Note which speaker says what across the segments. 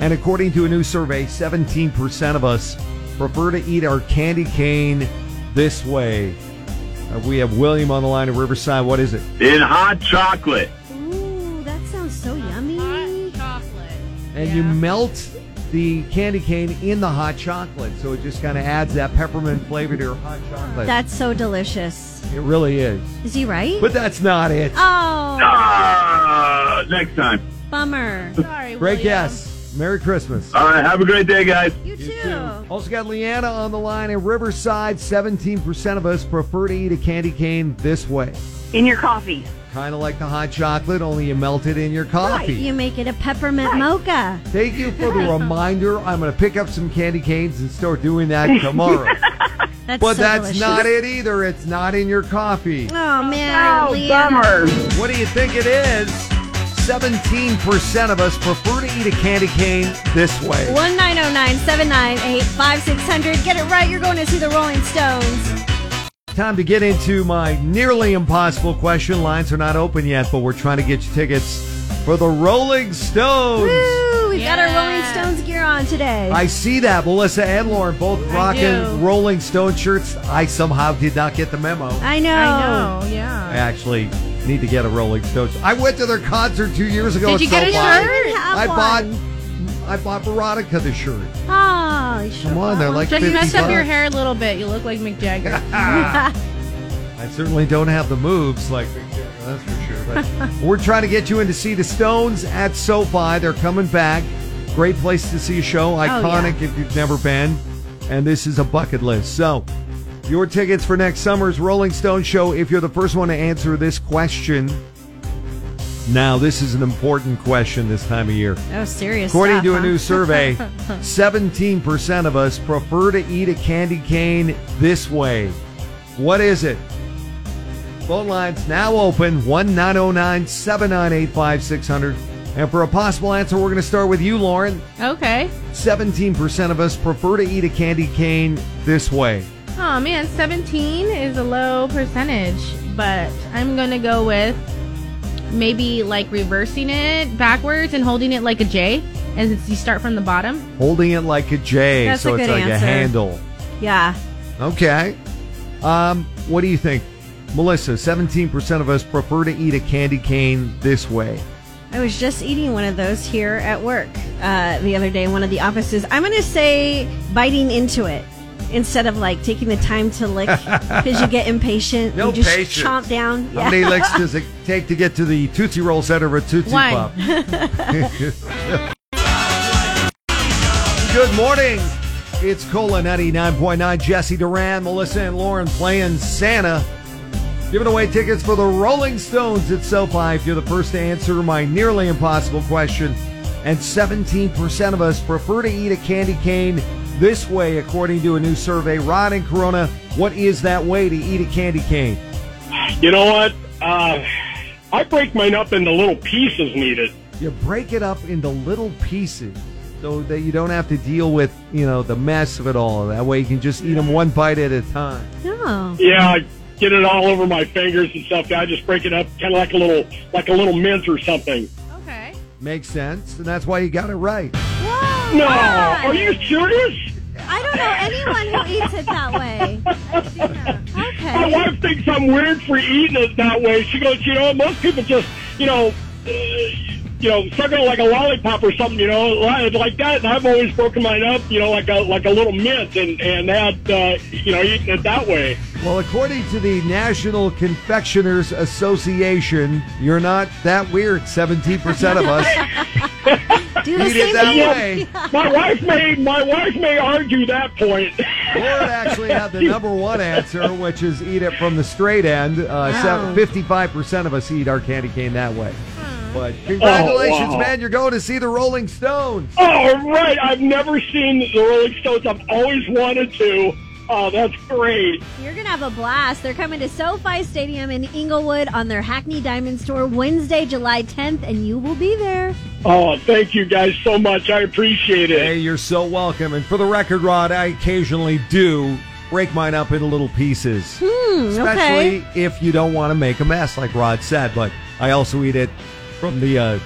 Speaker 1: And according to a new survey, 17% of us prefer to eat our candy cane this way. Uh, we have William on the line of Riverside. What is it?
Speaker 2: In hot chocolate.
Speaker 3: Ooh, that sounds so
Speaker 4: Hot
Speaker 3: yummy.
Speaker 4: chocolate.
Speaker 1: And
Speaker 4: Yeah.
Speaker 1: you melt the candy cane in the hot chocolate. So it just kind of adds that peppermint flavor to your hot chocolate.
Speaker 3: That's so delicious.
Speaker 1: it really is.
Speaker 3: Is he right?
Speaker 1: But that's not it.
Speaker 3: Oh,
Speaker 2: Ah, next time.
Speaker 3: bummer.
Speaker 4: Sorry,
Speaker 1: Great
Speaker 4: William.
Speaker 1: guess. Merry Christmas.
Speaker 2: All right, have a great day, guys.
Speaker 3: Uh, You too.
Speaker 1: Also got Leanna on the line in Riverside. 17% of us prefer to eat a candy cane this way.
Speaker 5: in your coffee.
Speaker 1: Kind of like the hot chocolate, only you melt it in your coffee.
Speaker 3: You make it a peppermint mocha.
Speaker 1: Thank you for the reminder. I'm going to pick up some candy canes and start doing that tomorrow.
Speaker 3: That's
Speaker 1: but
Speaker 3: so
Speaker 1: that's
Speaker 3: delicious.
Speaker 1: not it either. It's not in your coffee.
Speaker 3: Oh man, Leanna.
Speaker 1: What do you think it is? 17% of us prefer to eat a candy cane this way.
Speaker 3: One nine zero nine seven nine eight five six hundred. Get it right. You're going to see the Rolling Stones.
Speaker 1: Time to get into my nearly impossible question. Lines are not open yet, but we're trying to get you tickets for the Rolling Stones.
Speaker 3: Woo! We've got
Speaker 4: Yeah.
Speaker 3: our Rolling Stones gear on today.
Speaker 1: I see that. Melissa and Lauren both
Speaker 4: do.
Speaker 1: rocking Rolling Stone shirts. I somehow did not get the memo.
Speaker 4: Oh.
Speaker 3: I know.
Speaker 4: I know. Yeah.
Speaker 1: I actually need to get a Rolling Stones. I went to their concert two years ago.
Speaker 4: Did
Speaker 1: It's
Speaker 4: you get
Speaker 1: so
Speaker 4: a
Speaker 1: fun.
Speaker 4: shirt?
Speaker 3: I have
Speaker 1: I bought.
Speaker 3: one.
Speaker 1: I bought Veronica the shirt.
Speaker 3: Oh, you
Speaker 1: Come
Speaker 3: should've
Speaker 1: on, they're
Speaker 3: bought
Speaker 1: like
Speaker 4: Just
Speaker 1: 50
Speaker 4: mess up your
Speaker 1: bucks.
Speaker 4: hair a little bit. You look like Mick Jagger.
Speaker 1: I certainly don't have the moves like Mick Jagger, that's for sure. But we're trying to get you in to see the Stones at SoFi. They're coming back. Great place to see a show. Iconic if you've never been. And this is a bucket list. So, your tickets for next summer's Rolling Stone show. If you're the first one to answer this question, now this is an important question this time of year.
Speaker 3: Oh, serious.
Speaker 1: According
Speaker 3: stuff,
Speaker 1: to a
Speaker 3: huh?
Speaker 1: new survey, 17% of us prefer to eat a candy cane this way. What is it? Phone lines now open oh 1 909 798 5600. And for a possible answer, we're going to start with you, Lauren.
Speaker 4: okay.
Speaker 1: 17% of us prefer to eat a candy cane this way.
Speaker 4: Oh man, 17 is a low percentage, but I'm gonna go with maybe like reversing it backwards and holding it like a J, as it's, you start from the bottom.
Speaker 1: Holding it like a J,
Speaker 3: That's
Speaker 1: so
Speaker 3: a
Speaker 1: it's
Speaker 3: good
Speaker 1: like a
Speaker 3: answer.
Speaker 1: handle.
Speaker 3: Yeah.
Speaker 1: Okay. Um, what do you think? Melissa, 17% of us prefer to eat a candy cane this way.
Speaker 3: I was just eating one of those here at work uh, the other day in one of the offices. I'm going to say biting into it instead of like taking the time to lick because you get impatient.
Speaker 1: No
Speaker 3: you just
Speaker 1: patience.
Speaker 3: chomp down.
Speaker 1: How many licks does it take to get to the Tootsie Roll Center of a Tootsie
Speaker 4: One.
Speaker 1: Pop? Good morning. It's Cola 99.9. Jesse Duran, Melissa, and Lauren playing Santa. Giving away tickets for the Rolling Stones at SoFi if you're the first to answer my nearly impossible question. And 17% of us prefer to eat a candy cane this way, according to a new survey. Rod and Corona, what is that way to eat a candy cane?
Speaker 6: You know what? Uh, I break mine up into little pieces needed.
Speaker 1: you break it up into little pieces so that you don't have to deal with you know the mess of it all that way you can just eat them one bite at a time
Speaker 3: No.
Speaker 6: Yeah, I get it all over my fingers and stuff. I just break it up kind of like a little, like a little mint or something.
Speaker 4: Okay.
Speaker 1: makes sense and that's why you got it right
Speaker 3: Whoa,
Speaker 6: No,
Speaker 3: God.
Speaker 6: are you serious?
Speaker 3: I don't know anyone who eats it that way.
Speaker 6: My
Speaker 3: Okay.
Speaker 6: wife thinks I'm weird for eating it that way. She goes, you know, most people just, you know, uh, you know, suck it like a lollipop or something, you know, li- like that. And I've always broken mine up, you know, like a like a little mint, and and had, uh, you know, eating it that way.
Speaker 1: well according to the national confectioners association you're not that weird 17% of us
Speaker 3: Do the
Speaker 1: eat it
Speaker 3: same
Speaker 1: that
Speaker 3: thing.
Speaker 1: way
Speaker 6: My wife may my wife may argue that point.
Speaker 1: Lauren actually had the number one answer, which is eat it from the straight end. Uh,
Speaker 3: Wow.
Speaker 1: Fifty-five percent of us eat our candy cane that way. But congratulations,
Speaker 6: Hmm. Oh, wow.
Speaker 1: man! You're going to see the Rolling Stones.
Speaker 6: oh, right. I've never seen the Rolling Stones. I've always wanted to. Oh, that's great.
Speaker 3: You're going to have a blast. They're coming to SoFi Stadium in Inglewood on their Hackney Diamond Tour Wednesday, July 10th, and you will be there.
Speaker 6: Oh, thank you guys so much. I appreciate it.
Speaker 1: Hey, you're so welcome. And for the record, Rod, I occasionally do break mine up into little
Speaker 4: Hmm,
Speaker 1: pieces, especially if you don't want to make a mess, like Rod said. But I also eat it from the uh,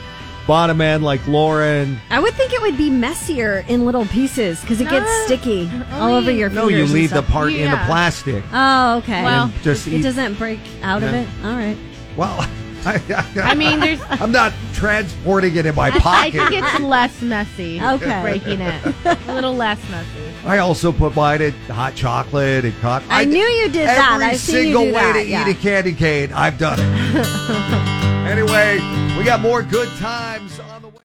Speaker 1: bottom end like Lauren.
Speaker 3: I would think it would be messier in little pieces because it gets
Speaker 4: No.
Speaker 3: sticky all over your
Speaker 1: No,
Speaker 3: fingers.
Speaker 1: you
Speaker 3: and
Speaker 1: leave the
Speaker 3: stuff.
Speaker 1: part in the
Speaker 4: Yeah. Uh,
Speaker 1: plastic.
Speaker 3: Oh, okay.
Speaker 4: Well,
Speaker 1: And just
Speaker 3: it
Speaker 1: eat-
Speaker 3: doesn't break out of
Speaker 1: Yeah.
Speaker 3: it. All right.
Speaker 1: Well, I,
Speaker 4: I mean, there's.
Speaker 1: am not transporting it in my
Speaker 4: I
Speaker 1: pocket.
Speaker 4: think it's less messy.
Speaker 3: Okay.
Speaker 4: Breaking it. A little less messy.
Speaker 1: I also put mine in hot chocolate and coffee.
Speaker 3: I knew you did that.
Speaker 1: Every
Speaker 3: I've seen you
Speaker 1: single
Speaker 3: do
Speaker 1: way
Speaker 3: that,
Speaker 1: to
Speaker 3: yeah.
Speaker 1: eat a candy cane, I've done it. anyway, we got more good times on the.